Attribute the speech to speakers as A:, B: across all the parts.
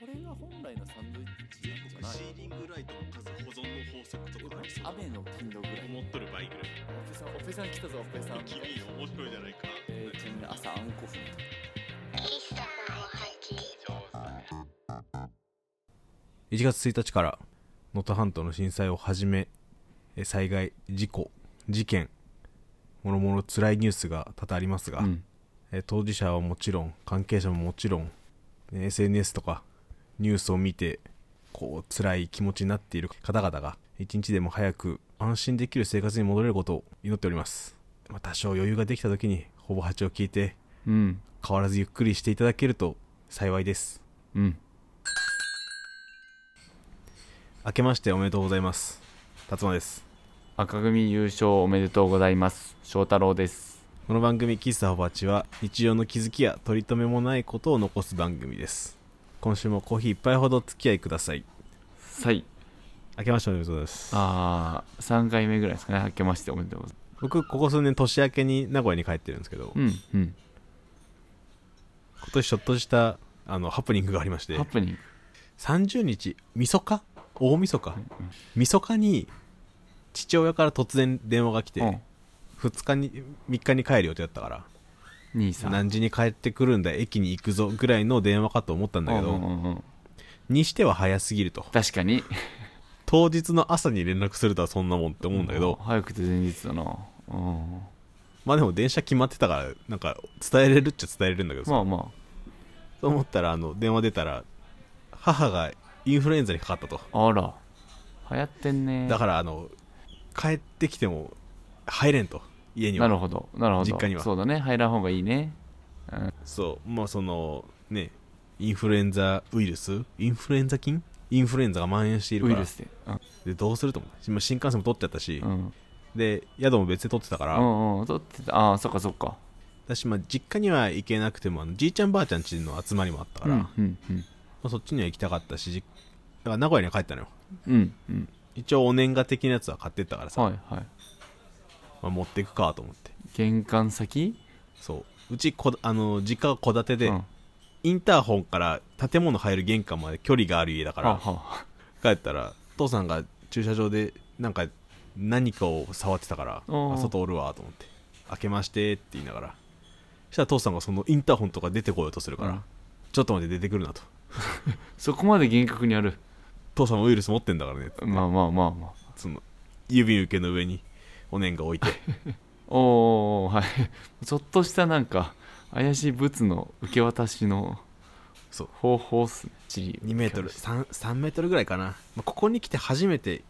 A: これが本来のサンドイッチ
B: 全
A: なんじゃ
B: 国
A: な
B: シ
A: い
B: ーリングライトの数保存の法則とかありそう
A: 雨の頻度ぐらい
B: 思っとる倍ぐらい
A: オペさんオペさん来たぞオペさん
B: 君面白いじゃないか
A: えー、ちなみに朝あんこ踏む
C: 1月1日から能登半島の震災をはじめえ災害事故事件もろもろ辛いニュースが多々ありますが、
A: うん
C: え当事者はもちろん関係者ももちろんね SNS とかニュースを見てこう辛い気持ちになっている方々が一日でも早く安心できる生活に戻れることを祈っております、まあ、多少余裕ができた時にほぼ8を聞いて
A: うん
C: 変わらずゆっくりしていただけると幸いです
A: うん
C: 明けましておめでとうございます辰馬です
A: 赤組優勝おめでとうございます翔太郎です
C: この番組「喫茶ホバチ」は日常の気づきや取り留めもないことを残す番組です今週もコーヒー一杯ほどお付き合いください
D: はい。
C: 明けましておめでとうございます
D: ああ、3回目ぐらいですかね。明けましておめでとうござい
C: 僕ここ数年年明けに名古屋に帰ってるんですけど、今
D: ます。うん、うん。
C: 年ちょっとしたあのハプニングがありまして
D: ハプニング。
C: 30日晦日大晦日晦日に父親から突然電話が来て、
D: うん。
C: 2日に3日に帰る予定だったから
D: 兄さん。
C: 何時に帰ってくるんだ駅に行くぞぐらいの電話かと思ったんだけど、
D: うんうんうん
C: にしては早すぎると
D: 確かに。
C: 当日の朝に連絡するとはそんなもんって思うんだけど、
D: 早くて前日だな。うん。
C: まあでも電車決まってたからなんか伝えれるっちゃ伝えれるんだけどさ、
D: まあま
C: と思ったらあの電話出たら母がインフルエンザにかかったと
D: あ。あら。流行ってんね。
C: だからあの帰ってきても入れんと家に
D: な
C: は
D: るほど。なるほど。
C: 実家には
D: そうだね。入らん方がいいね。
C: そうまあそのねインフルエンザウイルスインフルエンザ菌インフルエンザが蔓延している
D: ウ
C: か
D: イ
C: ら
D: ルスで。うん
C: でどうすると思ってまあ新幹線も取っちゃったし、
D: うん。
C: で宿も別で取ってたから、
D: うんうん。取ってた。ああ、そっかそっか。
C: 私まあ実家には行けなくてもあのじいちゃんばあちゃんちの集まりもあったか
D: う
C: ら、
D: ん
C: ま
D: うんうん。
C: あ、そっちには行きたかったしじだから名古屋には帰ったのよ
D: うんうん。
C: 一応お年賀的なやつは買ってったからさ、
D: はいはい。
C: まあ、持っていくかと思って
D: 玄関先
C: そううちこあの実家が戸建てで、
D: うん、
C: インターホンから建物入る玄関まで距離がある家だか
D: あ
C: ら
D: は
C: 帰ったら父さんが駐車場でなんか何かを触ってたから
D: おー
C: あ外おるわと思って開けましてって言いながらそしたら父さんがそのインターホンとか出てこようとするから、
D: うん
C: ちょっと待って出てくるなと
D: そこまで厳格にやる。
C: 父さんもウイルス持ってんだからねって
D: まあまあまあまあ。
C: その指受けの上にお年賀置 いて
D: おおはいちょっとしたなんか怪しい物の受け渡しの
C: そう
D: 方法っすね地理
C: 2メートル 3, 3メートルぐらいかな、まあここに来て初めて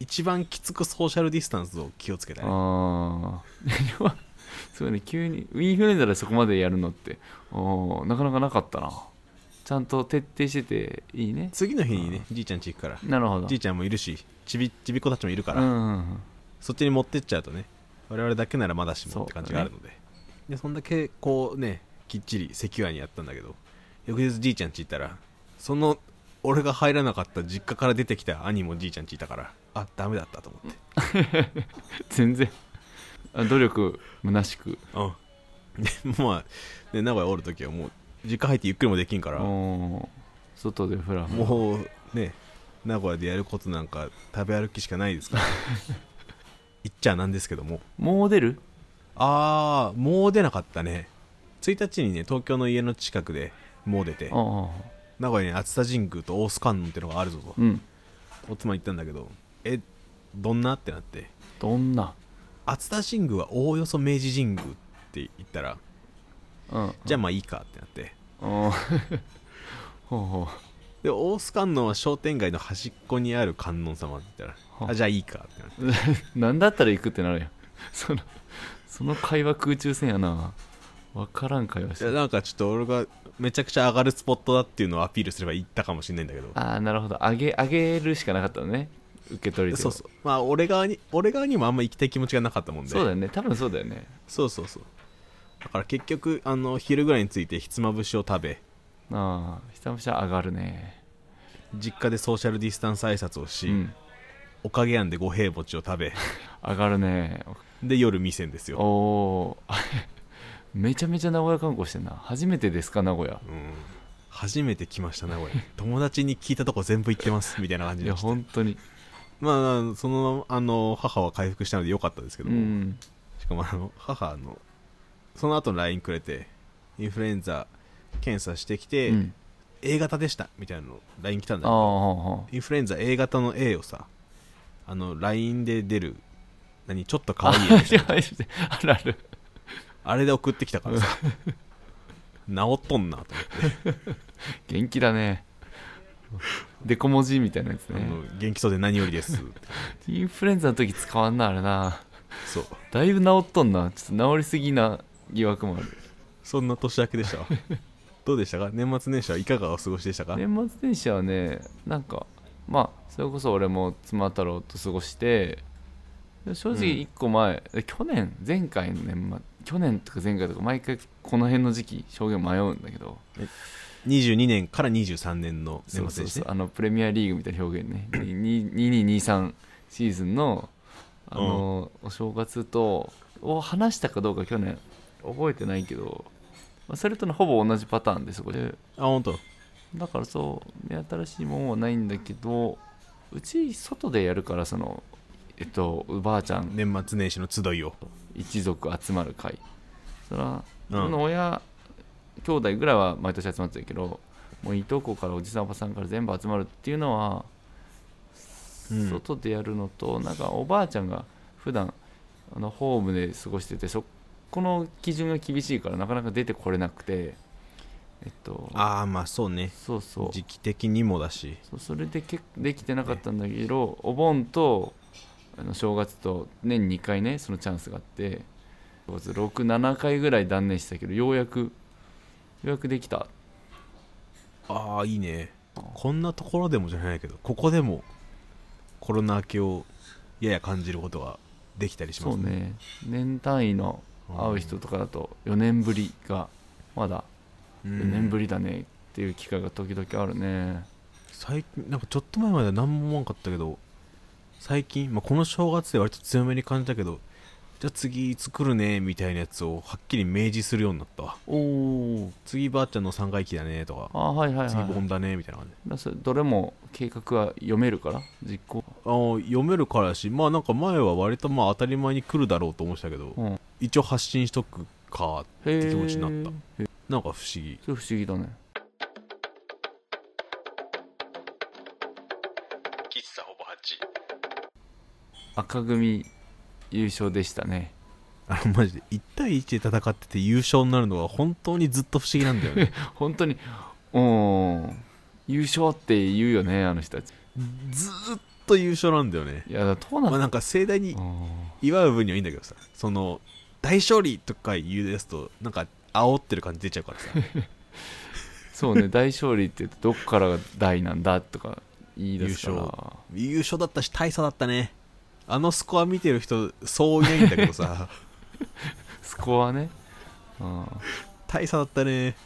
C: 一番きつくソーシャルディスタンスを気をつけたね
D: あ あすごいね急にインフルエンザでそこまでやるのっておーなかなかなかったなちゃんと徹底してていいね
C: 次の日にねじいちゃんち行くから
D: なるほど
C: じいちゃんもいるしちびちびっ子たちもいるか
D: う
C: ら、
D: んうん
C: そっちに持ってっちゃうとね我々だけならまだし
D: そ
C: も
D: う
C: って感じがあるのででそんだけこうねきっちりセキュアにやったんだけど翌日じいちゃんち行ったらその俺が入らなかった実家から出てきた兄もじいちゃんちいたからあダメだったと思って
D: 全然あ努力虚しく
C: うん。で、まあ、ね、名古屋おるときはもう、実家入ってゆっくりもできんから、も
D: おー外でフラフラ
C: うね、名古屋でやることなんか食べ歩きしかないです から。言っちゃなんですけども。
D: もう出る
C: あー、もう出なかったね。1日にね、東京の家の近くでもう出て
D: あ、あ
C: 名古屋に熱田神宮と大須観音ってのがあるぞと、
D: うん
C: おつま行ったんだけど、え、どんなってなって、
D: どんな
C: 熱田神宮はおおよそ明治神宮って言ったら、
D: うん
C: じゃあまあいいかってなって、
D: おー ほうほう
C: で大須観音は商店街の端っこにある観音様って言ったら、
D: はあ
C: あじゃあいいかってなって
D: なんだったら行くってなるやんそのその会話空中戦やな分からん会話し
C: いや
D: て
C: なんかちょっと俺がめちゃくちゃ上がるスポットだっていうのをアピールすれば行ったかもしれないんだけど
D: ああなるほどあげあげるしかなかったのね受け取り手
C: そ
D: を
C: うそうまあ俺側に俺側にもあんま行きたい気持ちがなかったもんで
D: そうだよね多分そうだよね
C: そうそうそうだから結局あの昼ぐらいについてひつまぶしを食べ
D: ああひたむしゃ上がるね
C: 実家でソーシャルディスタンス挨拶をし、
D: うん
C: おかげやんで五平餅を食べ
D: 上がるね
C: で夜店ですよ、
D: お おーめちゃめちゃ名古屋観光してんな初めてですか名古屋
C: うん、初めて来ましたねこれ友達に聞いたとこ全部行ってますみたいな感じ
D: い
C: で
D: や
C: した
D: 本当に
C: まあそのあの母は回復したので良かったですけど
D: う
C: も、
D: ん
C: しかもあの母のその後の LINE くれてインフルエンザ検査してきて、
D: うん
C: A 型でしたみたいなの LINE 来たんだけ
D: ああ
C: ど
D: は
C: インフルエンザ A 型の A をさあの LINE で出る何ちょっと可愛いやつ
D: あはああるある
C: あれで送ってきたからさ治っとんなと思って、
D: 元気だねデコ文字みたいなやつ
C: あ
D: ね
C: の元気そうで何よりですって
D: インフルエンザの時使わんなあれな
C: そう
D: だいぶ治っとんなちょっと治りすぎな疑惑もある
C: そんな年明けでしたわどうでしたか年末年始はいかがお過ごしでしたか、
D: 年末年始はねなんかまあそれこそ俺も妻太郎と過ごしてで正直
C: うん
D: 1個前、え去年前回の年末去年とか前回とか毎回この辺の時期証言迷うんだけど
C: 22年から23年の年末年始
D: そうそうそう
C: ね
D: あのプレミアリーグみたいな表現ねに2223シーズンのあの、お正月とを話したかどうか去年覚えてないけど、まあ、それとのほぼ同じパターンでそこで
C: あ本当。
D: だからそう目新しいもんはないんだけどうち外でやるからそのえっとおばあちゃん
C: 年末年始の集いを
D: 一族集まる会それは
C: う
D: そ
C: ん
D: の親兄弟ぐらいは毎年集まってるけどもういとこからおじさんおばさんから全部集まるっていうのは、
C: うん
D: 外でやるのとなんかおばあちゃんが普段あのホームで過ごしててそこの基準が厳しいからなかなか出てこれなくてえっと
C: ああまあそうね
D: そうそう
C: 時期的にもだし
D: そうそれでけできてなかったんだけどお盆とあの正月と年2回ねそのチャンスがあって67回ぐらい断念してたけどようやくようやくできた
C: ああいいねこんなところでもじゃないけどここでもコロナ明けをやや感じることができたりしま
D: そう
C: すね
D: ね年単位の会う人とかだと4年ぶりがまだ
C: うん
D: 4年ぶりだねっていう機会が時々あるね
C: 最近なんかちょっと前までは何も思わんかったけど最近、まあ、この正月で割と強めに感じたけどじゃあ次いつ来るねみたいなやつをはっきり明示するようになったわ
D: おお
C: 次ばあちゃんの3回忌だねとか
D: あはいはいはい
C: 次盆だねみたいな感じ
D: だからそれどれも計画は読めるから実行
C: あー読めるからやしまあなんか前は割とまあ当たり前に来るだろうと思ってたけど、
D: うん
C: 一応発信しとくか
D: へ
C: って気持ちになった
D: た
C: なんか不思議
D: それ不思議だね
B: 喫茶ほぼ八。
D: 赤組優勝でしたね
C: あのマジで1対1で戦ってて優勝になるのは本当にずっと不思議なんだよね
D: 本当にうん優勝って言うよねあの人たち
C: ずーっと優勝なんだよね
D: いやだトーナ
C: まあ
D: メン
C: なんか盛大に
D: ト
C: 祝う分にはいいんだけどさその大勝利とか言うやつとなんか煽ってる感じ出ちゃうからさ
D: そうね大勝利って言ってどっからが大なんだとか言い出すか
C: 優
D: ら
C: 優勝だったし大差だったねあのスコア見てる人そういないんだけどさ
D: スコアね、うん、
C: 大差だったね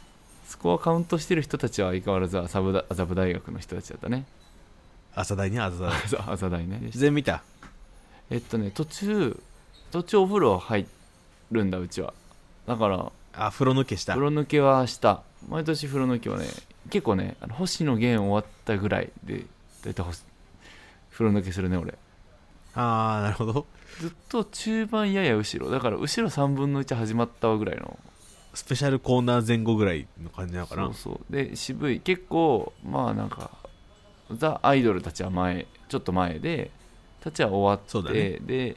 D: スコアカウントしてる人たちは相変わらず麻布だ麻布大学の人たちだったね
C: 朝大に朝大
D: 麻大ね
C: 全部見た
D: えっとね途中途中お風呂入るんだうちはだから
C: あ風呂抜けした
D: 風呂抜けはした毎年風呂抜けはね結構ねあの星野源終わったぐらいで大体星風呂抜けするね俺
C: ああなるほど
D: ずっと中盤やや後ろだから後ろ3分の1始まったわぐらいの
C: スペシャルコーナー前後ぐらいの感じなのか
D: そ
C: な
D: うそうで渋い結構まあなんかザ・アイドルたちは前ちょっと前でたちは終
C: そ
D: わっ
C: うだ
D: て、
C: ね
D: で、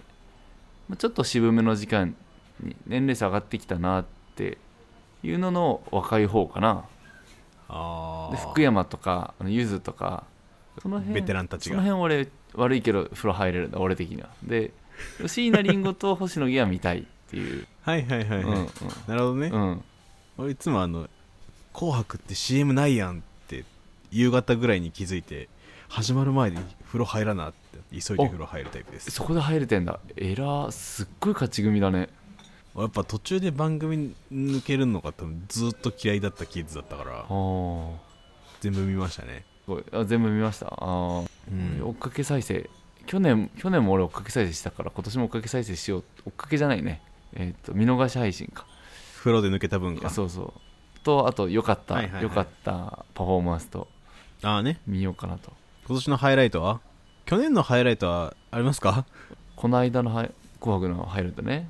D: まあ、ちょっと渋めの時間に年齢差上がってきたなっていうのの若い方かな
C: あ
D: で
C: あ
D: 福山とかあのゆずとかその辺
C: ベテランたち
D: その
C: が
D: 辺俺悪いけど風呂入れるんだ俺的にはで椎名林檎と星野源は見たいっていう
C: はいはいはい、
D: う
C: はい
D: んうん
C: なるほどね、
D: うん
C: 俺いつもあの「紅白」って CM ないやんって夕方ぐらいに気づいて始まる前に風呂入らなって急いで
D: お
C: 風呂入るタイプです
D: そこで入れてんだえらーすっごい勝ち組だね
C: やっぱ途中で番組抜けるのが多分ずっと嫌いだったキッズだったから
D: あ
C: 全部見ましたね
D: すごいあ全部見ましたあー、
C: うん
D: 追っかけ再生去年去年も俺追っかけ再生したから今年も追っかけ再生しよう追っかけじゃないねえっ、と見逃し配信か
C: 風呂で抜けた分
D: いや
C: が
D: そうそうとあと良かった、
C: は
D: 良
C: いはいはい
D: かったパフォーマンスと
C: ああね
D: 見ようかなと
C: 今年のハイライトは去年のハイライトはありますか
D: この間のハイ「紅白」のハイライトね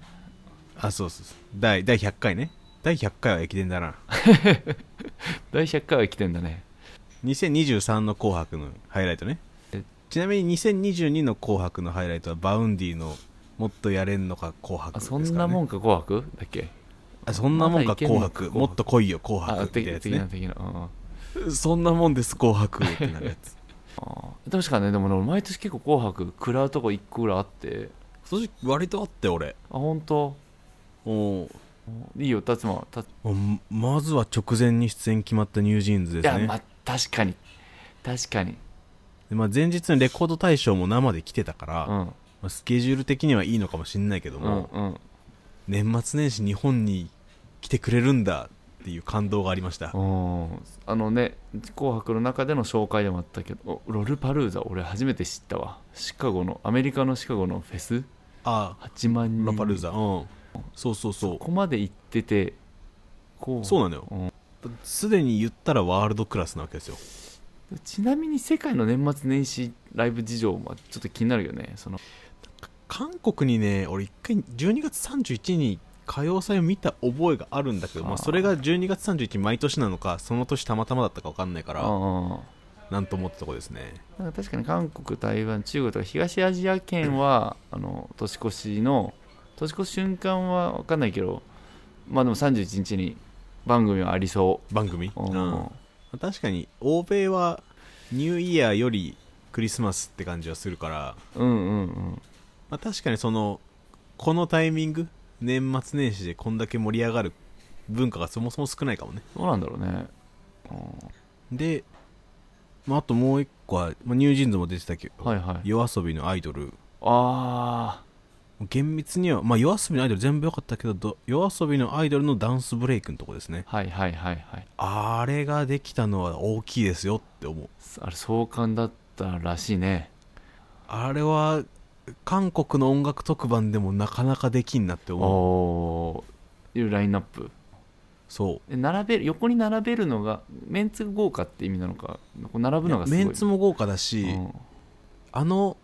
C: あそうそうそう第第100回ね第100回は駅伝だな
D: 第100回は生きてんだね
C: 2023の「紅白」のハイライトね
D: え
C: ちなみに2022の「紅白」のハイライトはバウンディの「もっとやれんのか紅白」
D: あ
C: です
D: そ
C: から、ね、
D: んなもんか「紅白」だっけ
C: あそんなもんか
D: まだいけんの
C: 紅
D: か
C: 白
D: 紅
C: も
D: 白
C: っと来いよ紅白
D: あ
C: みたいなや
D: 的
C: つ
D: 的な
C: ね
D: 的なうんうん
C: そんなもんです紅白ってなるや つ
D: あー確かねでもね俺毎年結構「紅白」食らうとこ1個ぐらいあって
C: 今年割とあって俺
D: あ本当
C: おう
D: いいよ達馬たい
C: ままずは直前に出演決まったニュージーンズです
D: や
C: ね
D: まあ確かに確かに
C: でまあ、前日のレコード大賞も生で来てたから、
D: う
C: ま
D: ん
C: あスケジュール的にはいいのかもしれないけど
D: うん
C: も、
D: うん
C: 年末年始日本に来てくれるんだっていう感動がありました、
D: うんあのね「紅白」の中での紹介でもあったけどロルパルーザ俺初めて知ったわシカゴのアメリカのシカゴのフェス
C: ああ
D: 8万人
C: ラパルーザうんそうそうそ
D: ここまで行っててこ
C: う
D: う
C: そうなのよすでに言ったらワールドクラスなわけですよ
D: ちなみに世界の年末年始ライブ事情もちょっと気になるよねその
C: 韓国にね俺一回12月31日に歌謡祭を見た覚えがあるんだけど、
D: あ
C: まあ、
D: ー
C: それが12月31日毎年なのかその年たまたまだったか分かんないから
D: あ
C: なんと思ったとこですね
D: あなんか確かに韓国台湾中国とか東アジア圏はあの年越しの年越し瞬間は分かんないけどまあでも31日に番組はありそ
C: 番組、
D: う、うん
C: うん確かに欧米はニューイヤーよりクリスマスって感じはするから、
D: うんうんうん
C: まあ、確かにそのこのタイミング年末年始でこんだけ盛り上がる文化がそもそも少ないかもね
D: どうなんだろうね、うん
C: で、まあ、あともう一個は、まあ、ニュージーンズも出てたけど、
D: はいはい
C: 夜遊びのアイドル
D: あ
C: 厳密には、まあ、夜遊びのアイドル全部良かったけどど夜遊びのアイドルのダンスブレイクのとこですね
D: あはいはいはいはい
C: あれができたのは大きいですよって思う
D: あれ壮観だったらしいね
C: あれは韓国の音楽特番でもなかなかできんなって
D: お
C: 思う
D: おーいうラインナップ
C: そう
D: で並べる横に並べるのがメンツ豪華って意味なのかこう並ぶのがすごい
C: メンツも豪華だし、
D: うん
C: あの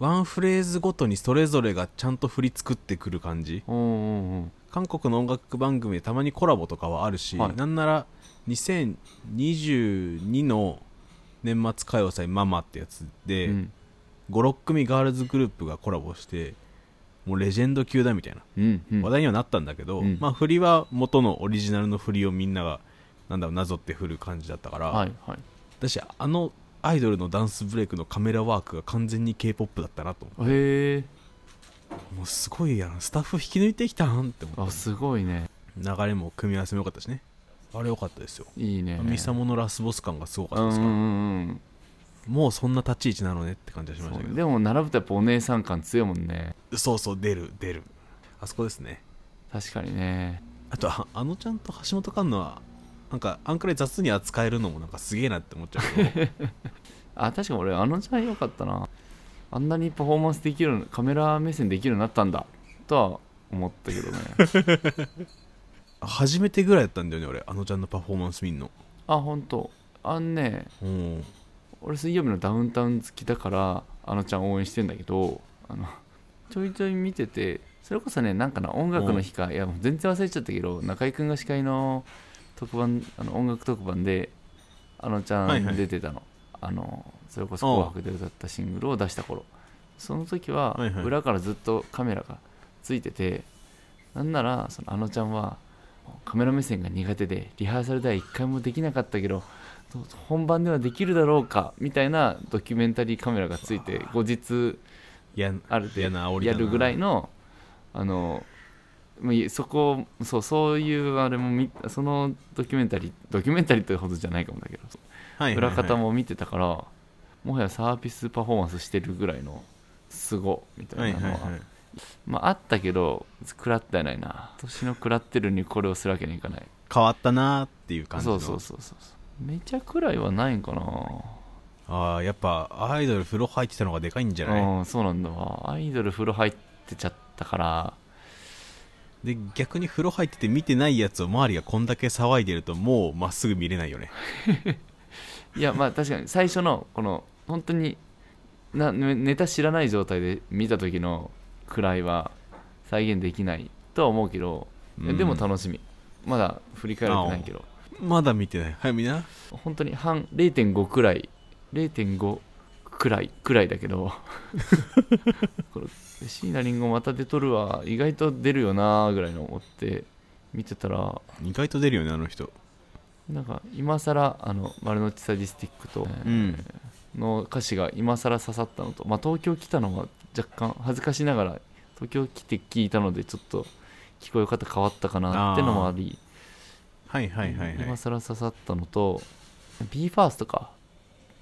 C: ワンフレーズごとにそれぞれがちゃんと振り作ってくる感じ
D: うんうん
C: 韓国の音楽番組でたまにコラボとかはあるし、
D: はい
C: なんなら2022の年末歌謡祭「ママ」ってやつ
D: う
C: で、
D: ん
C: 56組ガールズグループがコラボしてもうレジェンド級だみたいな
D: うんうん
C: 話題にはなったんだけど、
D: うん
C: まあ振りは元のオリジナルの振りをみんながなんだろうなぞって振る感じだったから、
D: はいはい
C: 私あのアイドルのダンスブレイクのカメラワークが完全に k p o p だったなと思
D: へえ
C: うもうすごいやんスタッフ引き抜いてきたんって思
D: あ
C: っ
D: すごいね
C: た流れも組み合わせも良かったしねあれ良かったですよ
D: いいね
C: ミサモのラスボス感がすごか
D: う
C: った
D: ん
C: で
D: う
C: す
D: ん
C: から、
D: うん
C: もうそんな立ち位置なのねって感じがしました
D: そ
C: け
D: う
C: ど
D: でも並ぶとやっぱお姉さん感強いもんね
C: そうそう出る出るあそこですね
D: 確かにね
C: あとああのちゃんと橋本環奈はなんかあんくらい雑に扱えるのもなんかすげえなって思っちゃうけど
D: あ確か俺あのちゃんよかったなあんなにパフォーマンスできるカメラ目線できるようになったんだとは思ったけどね
C: 初めてぐらいだったんだよね俺あのちゃんのパフォーマンス見んの
D: あ本当あんね
C: うん
D: 俺水曜日のダウンタウン好きだからあのちゃん応援してんだけどあのちょいちょい見ててそれこそねなんかな音楽の日かいやもう全然忘れちゃったけど中居君が司会の特番あの音楽特番であのちゃ
C: はいはい
D: ん出てたの,、あのそれこそ「紅白」で歌ったシングルを出した頃その時は
C: はいはい
D: 裏からずっとカメラがついてて、なんならそのあのちゃんはカメラ目線が苦手でリハーサルでは一回もできなかったけどどう本番ではできるだろうかみたいなドキュメンタリーカメラがついて後日
C: いや
D: ある程
C: 嫌な煽りだ
D: や
C: な
D: るぐらいのあのまあいそこそうそういうあれも見そのドキュメンタリードキュメンタリーってほどじゃないかもだけど、
C: はいはいはい
D: 裏方も見てたからもはやサービスパフォーマンスしてるぐらいのすごみた
C: はいい
D: な
C: はい
D: のは,、
C: はい
D: まああったけど食らってはないな年の食らってるにこれをするわけにはいかない
C: 変わったなーっていう感じ
D: そ
C: の
D: うそうそうそうめちゃくらいはないんかな
C: ああやっぱアイドル風呂入ってたのがでかいんじゃない
D: うんそうなんだわアイドル風呂入ってちゃったから
C: で逆に風呂入ってて見てないやつを周りがこんだけ騒いでるともうまっすぐ見れないよね
D: いやまあ確かに最初のこの本当になネネタ知らない状態で見た時の位は再現できないとは思うけど、いやでも
C: うん
D: 楽しみまだ振り返れてないけど
C: まだ見てないはいみんな
D: 本当に半0.5くらい0.5くらいくらいだけどこの椎名林檎また出とるわ意外と出るよなーぐらいの思って見てたら
C: 意外と出るよねあの人
D: なんか今更あの丸の内サディスティックと、
C: ん
D: の歌詞が今更刺さったのと、まあ、東京来たのは若干恥ずかしながら東京来て聞いたのでちょっと聞こえ方変わったかなってのもあり
C: はいはいはいは
D: 今
C: い
D: 更刺さったのと BE:FIRST か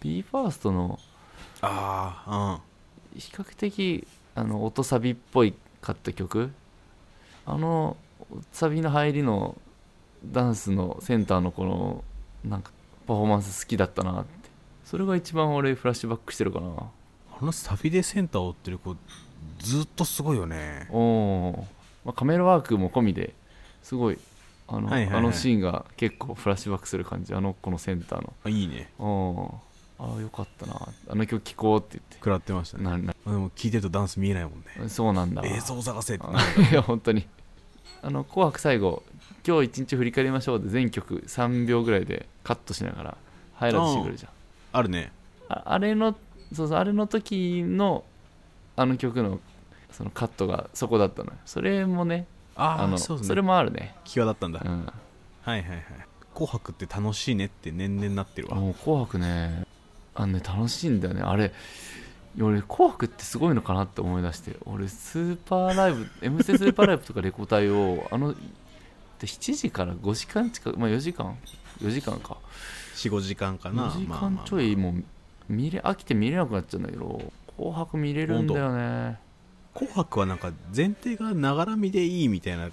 D: BE:FIRST の
C: ああ
D: 比較的あの音サビっぽいかった曲あのサビの入りのダンスのセンターのこのなんかパフォーマンス好きだったなってそれが一番俺フラッシュバックしてるかな
C: うんあのサビでセンターを追ってる子ずっとすごいよね
D: おお、まあ、カメラワークも込みですごいあの,、
C: はいはいはい
D: あのシーンが結構フラッシュバックする感じあの子のセンターの
C: あいいね
D: おーああよかったなあの曲聴こうって
C: 食らってました
D: 言って
C: ね
D: なな
C: あでも聞いてるとダンス見えないもんね
D: そうなんだ
C: 映像を探せってな
D: あい や本当にあの「紅白」最後「今日一日振り返りましょう」で全曲3秒ぐらいでカットしながらハイライトしてくるじゃん
C: あるね
D: ああれのそうそうあれの時のあの曲のそのカットがそこだったのよそれもねあ
C: あ
D: の
C: あそうですね
D: それもあるね、
C: 際立ったんだ、
D: うん、
C: はいはいはい紅白って楽しいねって年々なってるわ
D: もう紅白ねあのね楽しいんだよねあれ俺紅白ってすごいのかなって思い出して俺スーパーライブ MC スーパーライブとかレコ大をあので7時から5時間近くまあ4時間4時間か
C: 45時間かな
D: 4時
C: まあまあ
D: 間
C: まあ
D: ちょいもう見れ飽きて見れなくなっちゃうんだけど紅白見れるんだよね
C: 紅白はなんか前提がながらみでいいみたいな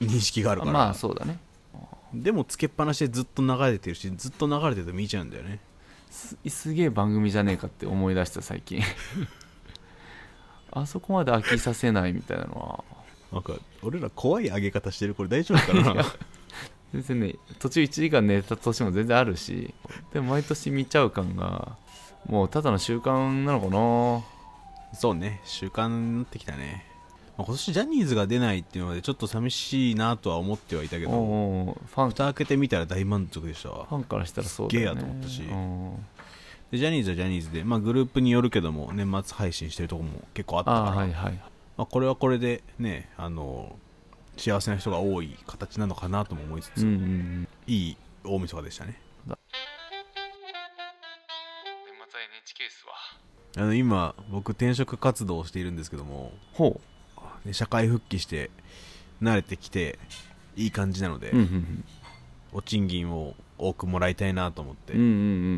C: 認識があるから、
D: まあそうだね
C: でもつけっぱなしでずっと流れてるしずっと流れてると見ちゃうんだよね
D: すすげえ番組じゃねえかって思い出した最 近あそこまで飽きさせないみたいなのは
C: なんか俺ら怖い上げ方してるこれ大丈夫かな
D: 全然ね途中1時間寝た年も全然あるしでも毎年見ちゃう感がもうただの習慣なのかな
C: そうね習慣になってきたねまあ今年ジャニーズが出ないっていうのでちょっと寂しいなとは思ってはいたけど
D: おうおうファンフ
C: 蓋開けてみたら大満足でしたわ
D: ァンからしたらそうだよ、ね、
C: すげえやと思ったし
D: うん
C: でジャニーズはジャニーズで、まあ、グループによるけども年末配信してるとこも結構あったから
D: ああはいはい
C: まあ、これはこれでねあの幸せな人が多い形なのかなとも思いつつ、
D: うんうんうん
C: いい大晦日でしたね
B: 年末は NHK っすわ
C: あの今僕転職活動をしているんですけども、
D: ほ
C: ね社会復帰して慣れてきていい感じなので、
D: ううんうん
C: お賃金を多くもらいたいなと思って、
D: うんう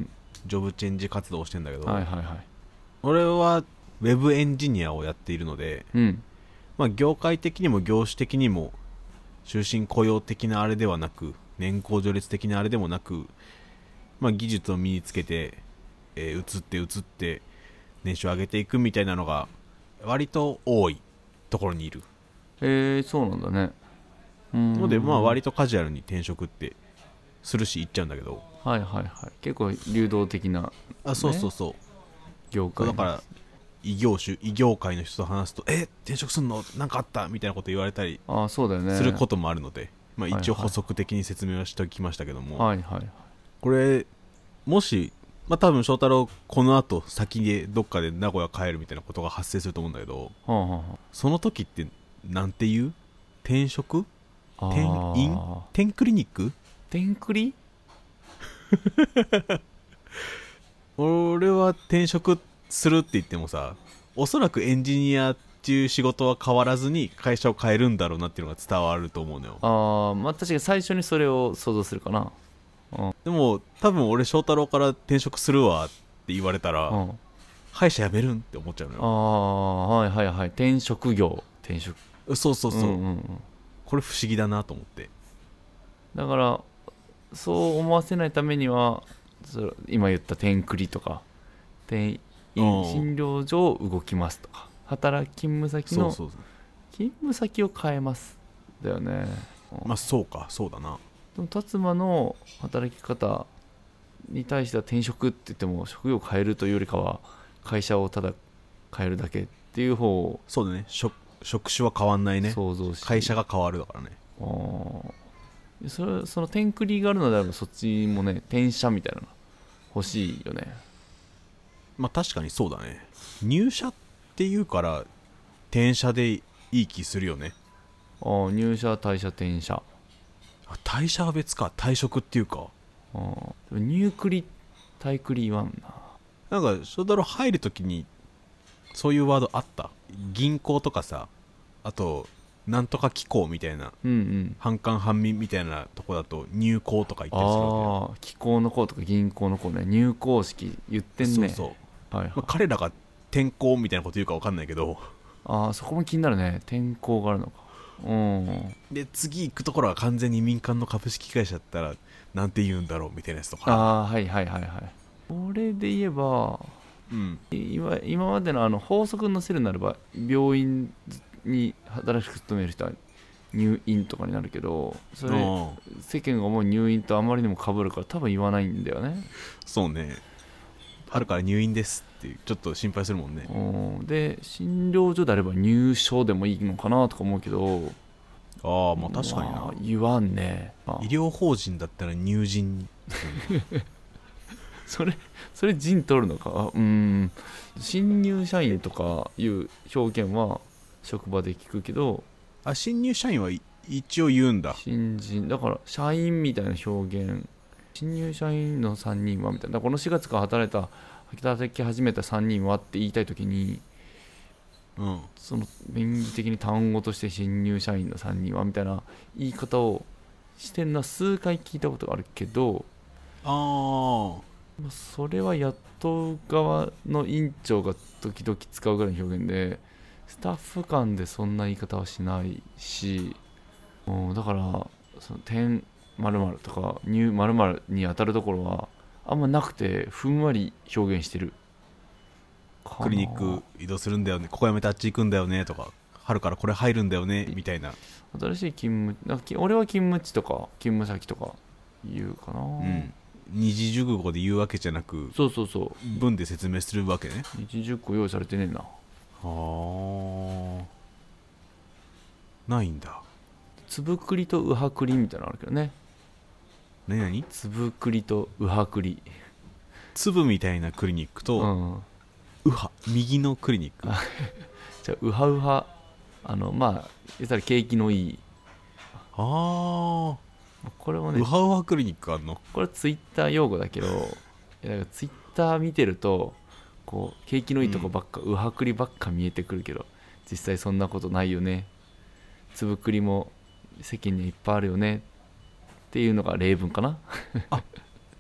D: ん
C: ジョブチェンジ活動をしてんだけど、
D: うんはいはいはい
C: 俺はウェブエンジニアをやっているので、
D: うん
C: まあ、業界的にも業種的にも終身雇用的なあれではなく年功序列的なあれでもなく、まあ、技術を身につけて、えー移って移って年収を上げていくみたいなのが割と多いところにいる
D: えー、そうなんだねうん
C: ので、まあ、割とカジュアルに転職ってするし行っちゃうんだけど
D: はいはいはい結構流動的な
C: あそうそうそう、
D: 業界
C: だから異業種異業界の人と話すと「え転職すんのなんかあった?」みたいなこと言われたり
D: ああそうだよね
C: することもあるので、ま
D: は
C: あ、
D: いはい
C: 一応補足的に説明はしておきましたけども、
D: はいはいはい
C: これもしまあ多分翔太郎この後先でどっかで名古屋帰るみたいなことが発生すると思うんだけど
D: はあは
C: その時ってなんて言う転職
D: あはあ
C: 転院
D: あー
C: 転クリニック
D: 天クリ
C: 俺は転職するって言ってもさおそらくエンジニアっていう仕事は変わらずに会社を変えるんだろうなっていうのが伝わると思うのよ
D: ああまあ確かに最初にそれを想像するかな
C: でも多分俺翔太郎から転職するわって言われたら、
D: うん、あ
C: 歯医者辞めるんって思っちゃうの
D: あ
C: よ
D: ーはいはいはい転職業転職
C: そうそうそう、
D: んんん
C: これ不思議だなと思って
D: だからそう思わせないためにはそれ今言った転繰りとか転院
C: うん
D: 診療所を動きますとか働き勤務先
C: そう
D: の
C: そうそう
D: 勤務先を変えますだよね
C: まあそうかそうだな
D: でも辰馬の働き方に対しては転職って言っても職業を変えるというよりかは会社をただ変えるだけっていう方を
C: そうだね職職種は変わんないね
D: 想像して、
C: 会社が変わるだからね
D: あーそれその天繰りがあるのであればそっちもね転社みたいなの欲しいよね
C: まあ確かにそうだね入社っていうから転社でいい気するよね
D: あー入社退社転社
C: あ退社は別か退職っていうか
D: あーでも入繰り退繰り言わんな
C: なんか翔太郎入るときにそういうワードあった銀行とかさあとなんとか機構みたいな
D: うんうん
C: 半官半民みたいなとこだと入行とか言ったりするわ
D: ああー機構の子とか銀行の子ね入行式言って
C: け
D: ん
C: そう
D: ね
C: そう、
D: はいはい
C: まあ、彼らが転校みたいなこと言うか分かんないけど
D: ああそこも気になるね天候があるのかうん
C: で次行くところは完全に民間の株式会社だったらなんて言うんだろうみたいなやつと
D: あ
C: か
D: あはいはいはいはいこれで言えば
C: うん
D: い今今までのあの法則のせるならば病院に働く勤める人は入院とかになるけどそ
C: あ
D: れ
C: ー
D: 世間が思う入院とあまりにもかぶるから多分言わないんだよね
C: そうね春から入院ですっていうちょっと心配するもんね
D: うんで診療所であれば入所でもいいのかなとか思うけど
C: ああまあ確かにな
D: まあ言わんねあ
C: 医療法人だったら入人
D: それそれ陣取るのかうん新入社員とかいう表現は職場で聞くけど
C: あ新入社員はい一応言うんだ
D: 新人だから社員みたいな表現新入社員の3人はみたいなだからこの4月から働いた働き始めた3人はって言いたい時に
C: うん
D: その便宜的に単語として新入社員の3人はみたいな言い方をしてんな数回聞いたことがあるけど
C: ああ
D: まあそれは雇う側の院長が時々使うぐらいの表現でスタッフ間でそんな言い方はしないし、うん、だからその点〇〇とか入〇〇に当たるところはあんまなくてふんわり表現してるかな
C: クリニック移動するんだよねここやめてあっち行くんだよねとか春からこれ入るんだよねみたいな
D: 新しい勤務なんかき俺は勤務地とか勤務先とか言うかな、
C: うん二字熟語で言うわけじゃなく
D: そうそうそう
C: 文で説明するわけね
D: 1 0個用意されてねえな
C: はあないんだ
D: 粒くりとうはくりみたいなのあるけどね
C: 何何
D: 粒くりとうはくり
C: 粒みたいなクリニック
D: う
C: と
D: ん、
C: 右派右のクリニック
D: あじゃあウハウハあのまあ言ったら景気のいい
C: あ
D: これも
C: あ
D: ね
C: ウハウハクリニックあんの
D: これツイッター用語だけどいやなんかツイッター見てるとこう景気のいいとこばっか、うはくりばっか見えてくるけど実際そんなことないよねつぶくりも世間にはいっぱいあるよねっていうのが例文かな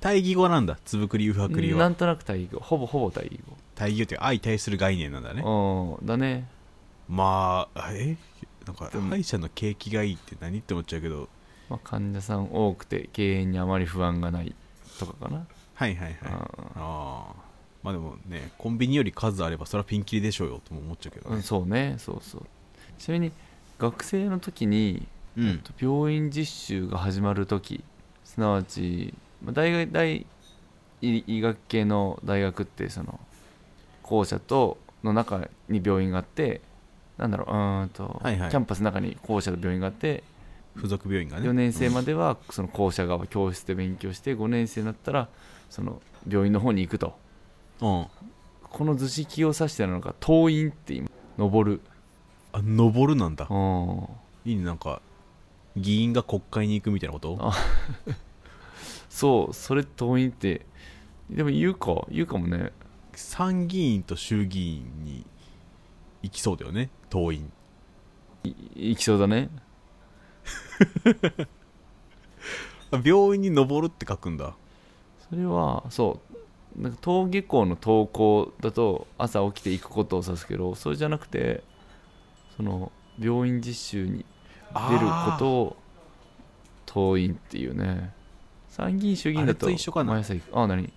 C: 対義語なんだ粒くり右派くり
D: な
C: は
D: んとなく対義語ほぼほぼ対義
C: 対義語っていうか相対する概念なんだね
D: 語うんだね
C: まあえなんか
D: でも
C: 歯医者の景気がいいって何って思っちゃうけど
D: まあ、患者さん多くて経営にあまり不安がないとかかな、
C: はいはいはいああまあでもねコンビニより数あればそれはピンキリでしょうよとも思っちゃうけど
D: うん、
C: ね
D: そうねそうそうちなみに学生の時に
C: うん、
D: 病院実習が始まる時すなわちまあ大学大医医学系の大学ってその校舎との中に病院があってなんだろううーんと、
C: はいはい
D: キャンパスの中に校舎と病院があって
C: 付属病院がね
D: 4年生まではその校舎側教室で勉強して5年生になったらその病院の方に行くと
C: うん、うん
D: この図式を指してるのが党員って今登る
C: あ登るなんだ
D: うん
C: いいねなんか議員が国会に行くみたいなこと
D: あそうそれ党員ってでも言うか言うかもね
C: 参議院と衆議院に行きそうだよね党員
D: いいきそうだね
C: あ病院に登るって書くんだ
D: それはそうなんか登下校の登校だと朝起きて行くことを指すけどそれじゃなくてその病院実習に出ることを党員っていうね参議院衆議院だと
C: あれと一緒かな
D: 毎朝行くあ何
C: と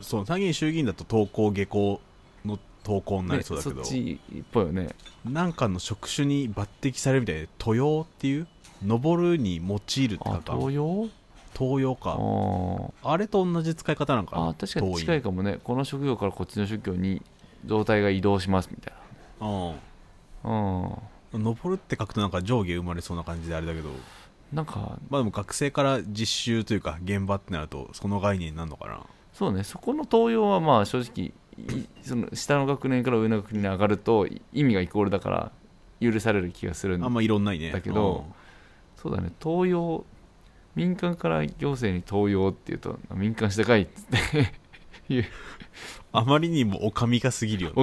C: そう参議院衆議院だと登校下校の登校になりそうだけ
D: そ
C: ど、
D: っちっぽいよね
C: なんかの職種に抜擢されるみたいで「豊」っていう登るに用いるって書
D: あ
C: くか
D: 東洋
C: 東洋
D: あ
C: か
D: ー
C: あれと同じ使い方なんかな
D: あー確かに近
C: 遠
D: いかもねこの職業からこっちの職業に状態が移動しますみたいなうん
C: うん登るって書くとなんか上下生まれそうな感じであれだけど
D: なんか
C: まあでも学生から実習というか現場ってなるとその概念になるのかな
D: そうねそこの登用はまあ正直いその下の学年から上の学年に上がるとい意味がイコールだから許される気がするん
C: あ
D: だ
C: んま異論ないね
D: だけどそうだね登用民間から行政に登用っていうと民間したかいっつって
C: うんあまりにもおかみが過ぎるよね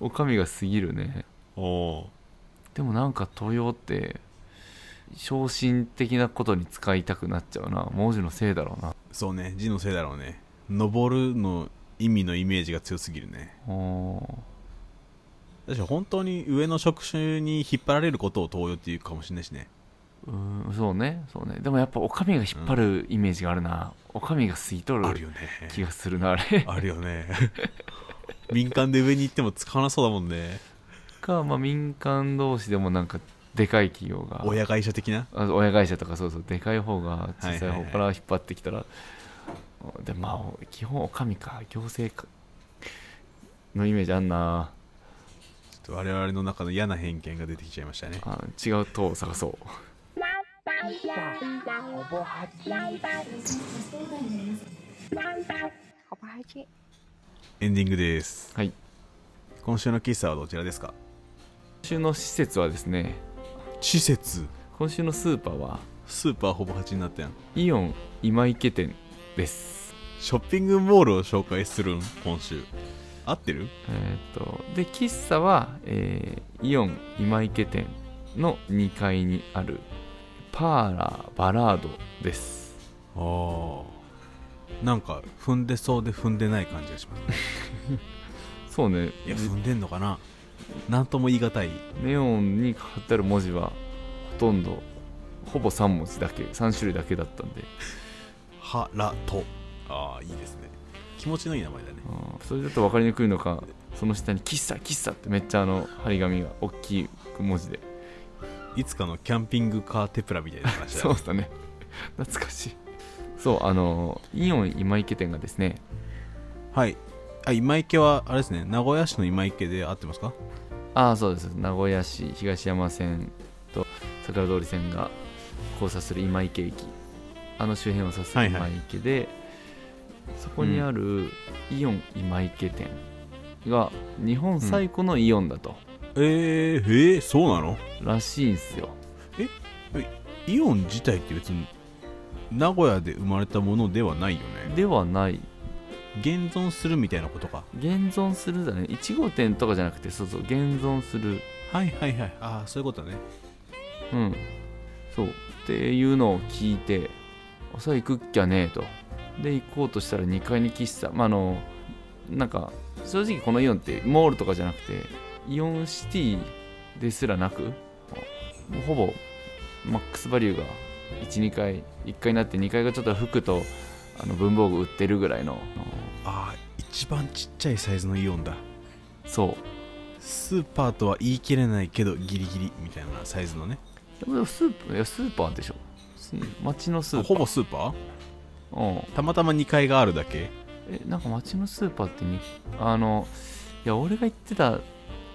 D: おお上が過ぎるね
C: おー
D: でもなんか登用って昇進的なことに使いたくなっちゃうな文字のせいだろうな
C: そうね字のせいだろうね登るの意味のイメージが強すぎるね
D: おー
C: 確かに本当に上の職種に引っ張られることを東洋っていうかもしれないしね
D: うーんそうねそうねでもやっぱお上が引っ張るイメージがあるな、お上が過ぎと
C: あ
D: る
C: るよね
D: 気がするなあれ
C: あるよね民間で上に行っても使わなそうだもんね
D: か、まあ、民間同士でもなんかでかい企業が
C: 親会社的な
D: あ親会社とかそうそうでかい方が小さい
C: はいはい
D: 方
C: はい
D: から引っ張ってきたら、でまあ基本お上か行政かのイメージあんな
C: ちょっと我々の中の嫌な偏見が出てきちゃいましたね
D: あ違う党を探そう
E: 好不好吃？好不好吃？
C: エンディングです
D: はい
C: 今週の喫茶はどちらですか
D: 今週の施設はですね
C: 施設
D: 今週のスーパーは
C: スーパーほぼ8になったやん
D: イオン今池店です
C: ショッピングモールを紹介するん今週合ってる
D: えーっとで喫茶は、えーイオン今池店の2階にあるパーラーバラードです
C: ああなんか踏んでそうで踏んでない感じがします ね
D: そうね
C: いや踏んでんのかななんとも言い難い
D: ネオンに貼ってある文字はほとんどほぼ3文字だけ3種類だけだったんで、
C: 「はらと」ああいいですね気持ちのいい名前だね
D: うんそれだと分かりにくいのかその下に「喫茶喫茶」ってめっちゃあの張り紙が大きい文字で
C: いつかのキャンピングカーテプラみたいな話だ
D: そうだね懐かしいそうあのイオン今池店がですね
C: はいあ今池はあれですね名古屋市の今池で合ってますか
D: ああそうです名古屋市東山線と桜通り線が交差する今池駅あの周辺を指す
C: はいは
D: 今
C: い
D: 池で、そこにあるイオン今池店が日本最古のイオンだと、
C: えー、えー、そうなの
D: らしいんすよ
C: イオン自体って別に名古屋で生まれたものではないよね
D: ではない
C: 現存するみたいなことか
D: 現存するだね1号店とかじゃなくてそうそう現存する
C: はいはいはいああそういうことね
D: うんそうっていうのを聞いて朝行くっきゃねえとで行こうとしたら2階に喫茶まああのなんか正直このイオンってモールとかじゃなくてイオンシティですらなくもうほぼマックスバリューが12階1階になって2階がちょっと服とあの文房具売ってるぐらいのあの
C: ああ一番ちっちゃいサイズのイオンだ
D: そう
C: スーパーとは言い切れないけどギリギリみたいなサイズのね
D: でもでもスーパーいやスーパーでしょす街のスーパー
C: ほぼスーパー
D: うん
C: たまたま2階があるだけ
D: えなんか街のスーパーってにあのいや俺が行ってた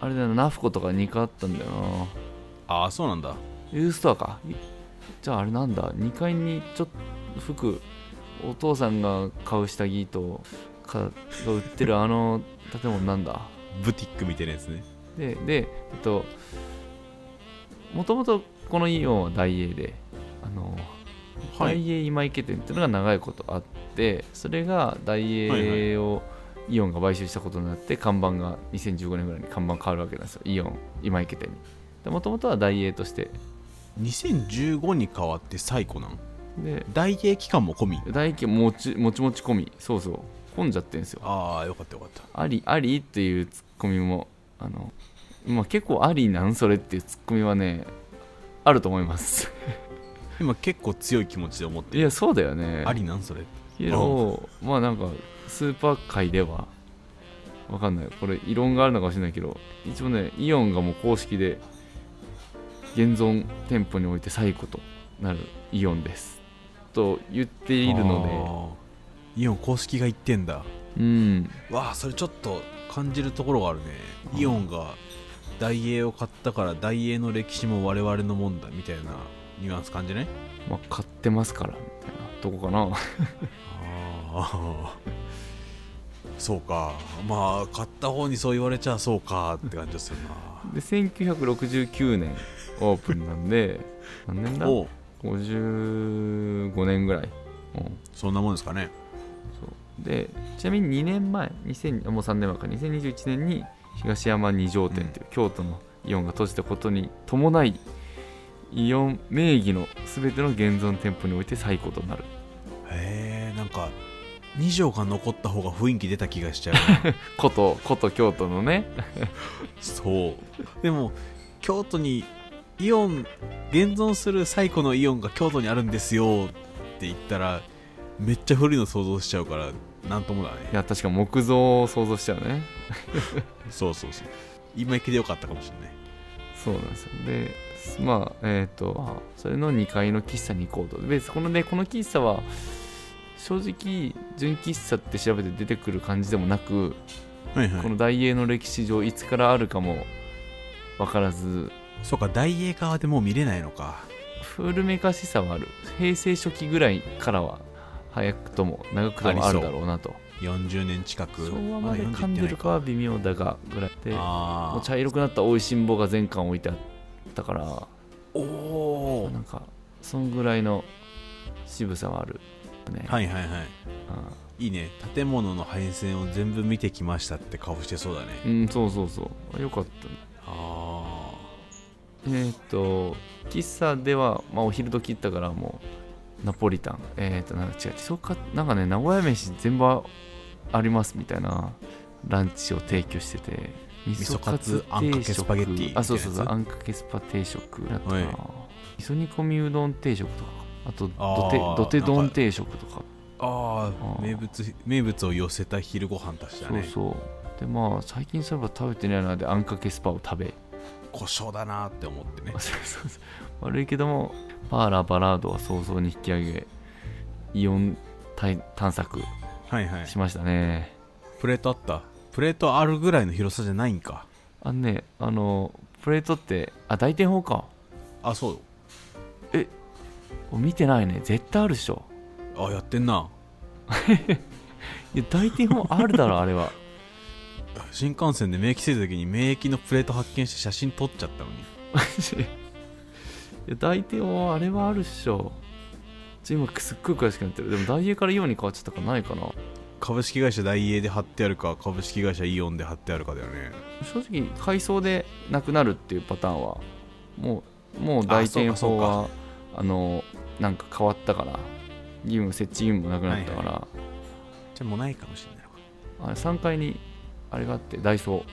D: あれだよなナフコとか2階あったんだよな
C: ああそうなんだ
D: U ストアかいじゃああれなんだ2階にちょっと服お父さんが買う下着とかが売ってるあの建物なんだ
C: ブティックみたいなやつね
D: ででえっともともとこのイオンはダイエーであの
C: はい
D: 大英今池店っていうのが長いことあってそれが大英をイオンが買収したことになって看板が2015年ぐらいに看板変わるわけなんですよイオン今池店にもともとは大英として
C: 2015に変わって最古なん
D: で
C: 大英期間も込み
D: 大英もちもちもち込みそうそう混んじゃってんですよ
C: ああよかったよかった
D: ありありっていうツッコミもあの、まあ、結構ありなんそれっていうツッコミはねあると思います
C: 今結構強い気持ちで思って
D: いやそうだよね
C: ありなんそれ
D: けど、まあなんかスーパー界ではわかんないこれ異論があるのかもしれないけど一応ねイオンがもう公式で現存店舗において最古となるイオンですと言っているの
C: でイオン公式が言ってんだ
D: でうん
C: わあそれちょっと感じるところがあるねイオンがダイエーを買ったからダイエーの歴史も我々のもんだみたいなニュアンス感じね
D: まあ買ってますからみたいなとこかな
C: ああそうかまあ買った方にそう言われちゃそうかって感じでする
D: で1969年オープンなんで何年
C: な
D: だ
C: おう
D: 55年ぐらい、うん
C: そんなもんですかね
D: そうでちなみに2年前2000もう3年前か2021年に東山二条店という京都のイオンが閉じたことに伴いイオン名義の全ての現存店舗において最古となる
C: へえんか2条が残った方が雰囲気出た気がしちゃう
D: ことこと京都のね
C: そうでも京都にイオン現存する最古のイオンが京都にあるんですよって言ったらめっちゃ古いの想像しちゃうからなんともだ
D: い
C: ね
D: や確か木造を想像しちゃうね
C: そうそうそう今行けでよかったかもしれない
D: そうなんですよでまあえっ、とまあそれの2階の喫茶に行こうとでこのねこの喫茶は正直純喫茶って調べて出てくる感じでもなく
C: はいは
D: こ
C: い
D: の大英の歴史上いつからあるかも分からず
C: そうか大英側でもう見れないのか
D: 古めかしさはある平成初期ぐらいからは早くとも長くともあるだろうなと
C: 40年近く
D: 昭和まで
C: だ
D: 噛
C: 読
D: んで
C: でいって
D: るかは微妙だがぐらいで
C: な
D: も
C: いあ
D: う茶色くなった美味しんぼが全巻置いてあったから
C: おお
D: なんかそんぐらいの渋さはあるね、
C: はいはいは
D: あ
C: いいいね建物の配線を全部見てきましたって顔してそうだね
D: ーうんそうそうそうよかった
C: あ
D: えーっ、と喫茶では、まあ、お昼時行ったからもうナポリタンえーっ、となんか違うそうかなんかね名古屋飯全部ありますみたいなランチを提供してて味
C: 噌カツあんかけスパゲッティみたいなやつ
D: あそうそうそうあんかけスパ定食だったか
C: はい
D: な味噌煮込みうどん定食とかあと
C: あー
D: どてどて丼定食とか
C: ーあー
D: あー
C: 名物名物を寄せた昼ご飯足した
D: そう
C: ね
D: そうでまあ最近そういえば食べてないなであんかけスパを食べ
C: 故障だなって思ってね
D: あそうそうそう 悪いけどもパーラバラードは早々に引き上げイオン探探索
C: はいはい
D: しましたね、
C: プレートあったプレートあるぐらいの広さじゃないんか
D: あのねあのプレートってあ大天砲か
C: あそう
D: お見てないね絶対あるっしょ
C: あやってんない
D: や大天砲ある だろあれは
C: 新幹線で免疫制た時に免疫のプレート発見して写真撮っちゃったのに
D: いや大天砲あれはあるっしょちょ今すっごい詳しくなってるでもダイエーからイオンに変わっちゃったからないかな
C: 株式会社ダイエーで貼ってあるか株式会社イオンで貼ってあるかだよね
D: 正直改装でなくなるっていうパターンはもうもう大天法はあのなんか変わったから義務設置義務もなくなったから、
C: じゃあもうないかもしれないのか
D: あれ3階にあれがあってダイソ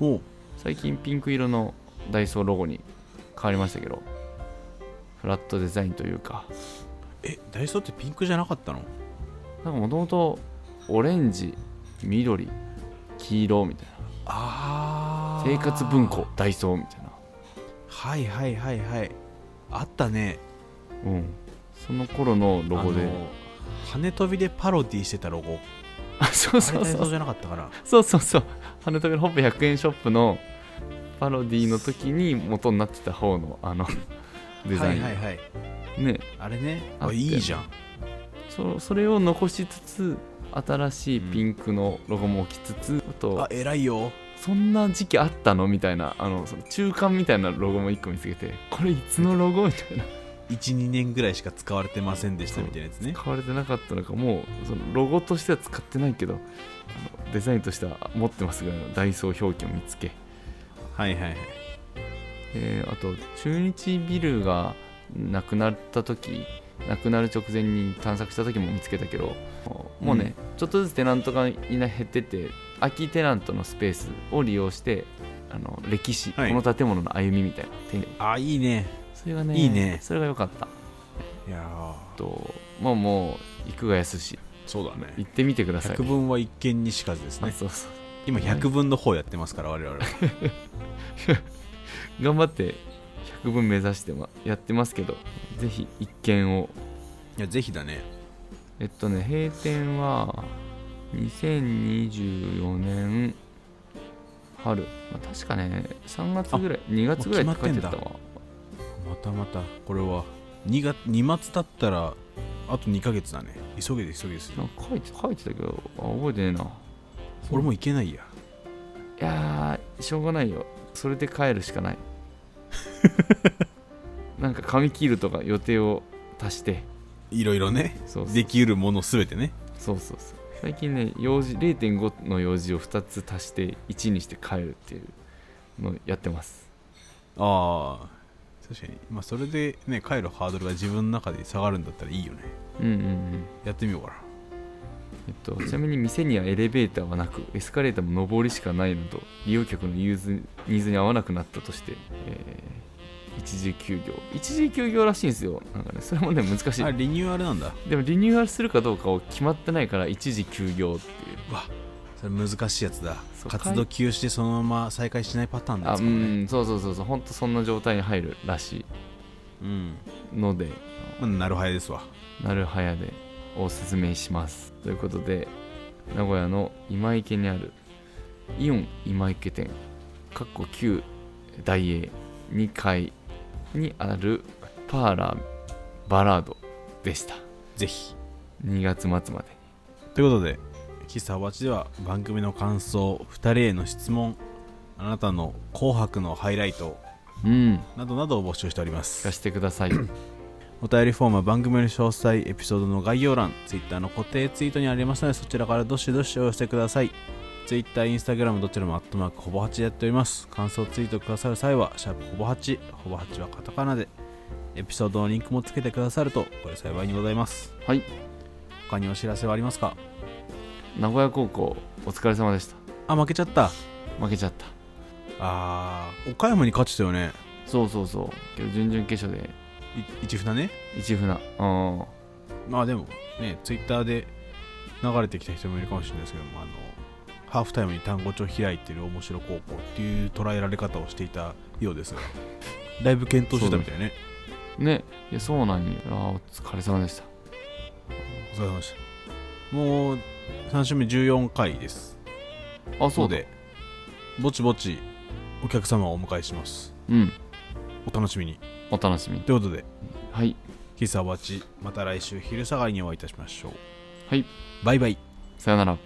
D: ー
C: おう
D: 最近ピンク色のダイソーロゴに変わりましたけどフラットデザインというか
C: えダイソーってピンクじゃなかったの
D: なんかもともとオレンジ緑黄色みたい
C: あ
D: な
C: あ
D: 生活文庫ダイソーみたいな
C: はいはいはいはいあったね
D: うんその頃のロゴで
C: あの羽飛びでパロディしてたロゴ
D: あ そう
C: あ
D: そ
C: れ
D: う
C: ダイ
D: そ
C: ソ
D: う
C: ーじゃなかったから
D: そうそうそう。花びらほっぺ100円ショップのパロディの時に元になってた方のあのデザイン。
C: はいはいはい
D: ね
C: あれね
D: あっ
C: あ
D: た
C: いいじゃん
D: そ。それを残しつつ、新しいピンクのロゴも置きつつ、あ
C: あ
D: と、
C: 偉いよ
D: そんな時期あったのみたいな、あの、その中間みたいなロゴも1個見つけて、これいつのロゴみたいな。
C: 12年ぐらいしか使われてませんでしたみたいなやつね
D: 買われてなかったのか、もう、そのロゴとしては使ってないけど、あのデザインとしては持ってますぐらいのダイソー表記を見つけ、
C: はいはいはい
D: えーあと中日ビルがなくなった時なくなる直前に探索した時も見つけたけどもうね、ちょっとずつテナントがいな減ってて空きテナントのスペースを利用してあの歴史、
C: はい
D: この建物の歩みみたいなて
C: あいいね
D: それがね
C: いいね
D: それが良かった
C: いやー
D: とまあもう行くが安し
C: そうだね
D: 行ってみてください
C: 百分は一見にしかずです
D: あ
C: ね
D: そうそう
C: 今百分の方やってますから我々は
D: 頑張って100分目指してまやってますけどぜひ一見を
C: いやぜひだね
D: えっとね閉店は2024年春、まあ、確かね3月ぐらい2月ぐらいって書いてあったわ
C: またまたこれは 2, 月2末だったらあと2ヶ月だね急げで急げです
D: なんか書いて書いてたけどあ覚えてねえな
C: 俺もう行けないや
D: いやーしょうがないよそれで帰るしかない なんか髪切るとか予定を足して
C: いろいろね
D: そうそう
C: できうるものすべてね
D: そうそうそう最近ね用事0.5の用事を2つ足して1にして帰るっていうのをやってます
C: ああ確かにまあそれでね帰るハードルが自分の中で下がるんだったらいいよね
D: うんうんうん
C: やってみようかな
D: えっと、ちなみに店にはエレベーターはなくエスカレーターも上りしかないのと利用客のニーズニーズに合わなくなったとして、えー一時休業一時休業らしいんですよなんかねそれもね難し
C: あ
D: い
C: リニューアルなんだ
D: でもリニューアルするかどうかを決まってないから一時休業っていう
C: うわそれ難しいやつだ
D: そう
C: 活動休止してそのまま再開しないパターンの
D: あ
C: や
D: う
C: つかね
D: んそうそうそうそうほんとそんな状態に入るらし
C: うん、
D: いので
C: まあ、なるはやですわ
D: なるはやでおすすめしますということで名古屋の今池にあるイオン今池店かっこ9大英2階にあるパーラーバラードでした
C: ぜひ
D: 2月末まで
C: ということで喫茶おばちでは番組の感想2人への質問あなたの「紅白」のハイライト
D: うん
C: などなどを募集しております
D: 聞かせてくだ さい
C: お便りフォームは番組の詳細エピソードの概要欄 Twitter の固定ツイートにありますのでそちらからどしどしお寄せください Twitter、Instagram どちらもアットマークほぼ8でやっております感想ツイートくださる際はシャープほぼ8ほぼ8はカタカナでエピソードのリンクもつけてくださるとこれ幸いにございます
D: はい
C: 他にお知らせはありますか
D: 名古屋高校お疲れ様でした
C: あ負けちゃった
D: 負けちゃった
C: あー岡山に勝ちたよね
D: そうそうそう今日準々決勝で
C: い一船ね
D: 一船うん
C: まあでもねツイッターで流れてきた人もいるかもしれないですけどもあのハーフタイムに単語帳を開いてる面白高校っていう捉えられ方をしていたようですがだいぶ検討してたみたいね
D: ねいやそうなんよあーお疲れ様でした
C: お疲れ様でしたもう3週目14回です
D: あそう
C: の
D: だ
C: でぼちぼちお客様をお迎えします
D: うん
C: お楽しみに
D: お楽しみに
C: ということで
D: はい
C: 喫茶バチまた来週昼下がりにお会いいたしましょう
D: はい
C: バイバイ
D: さよなら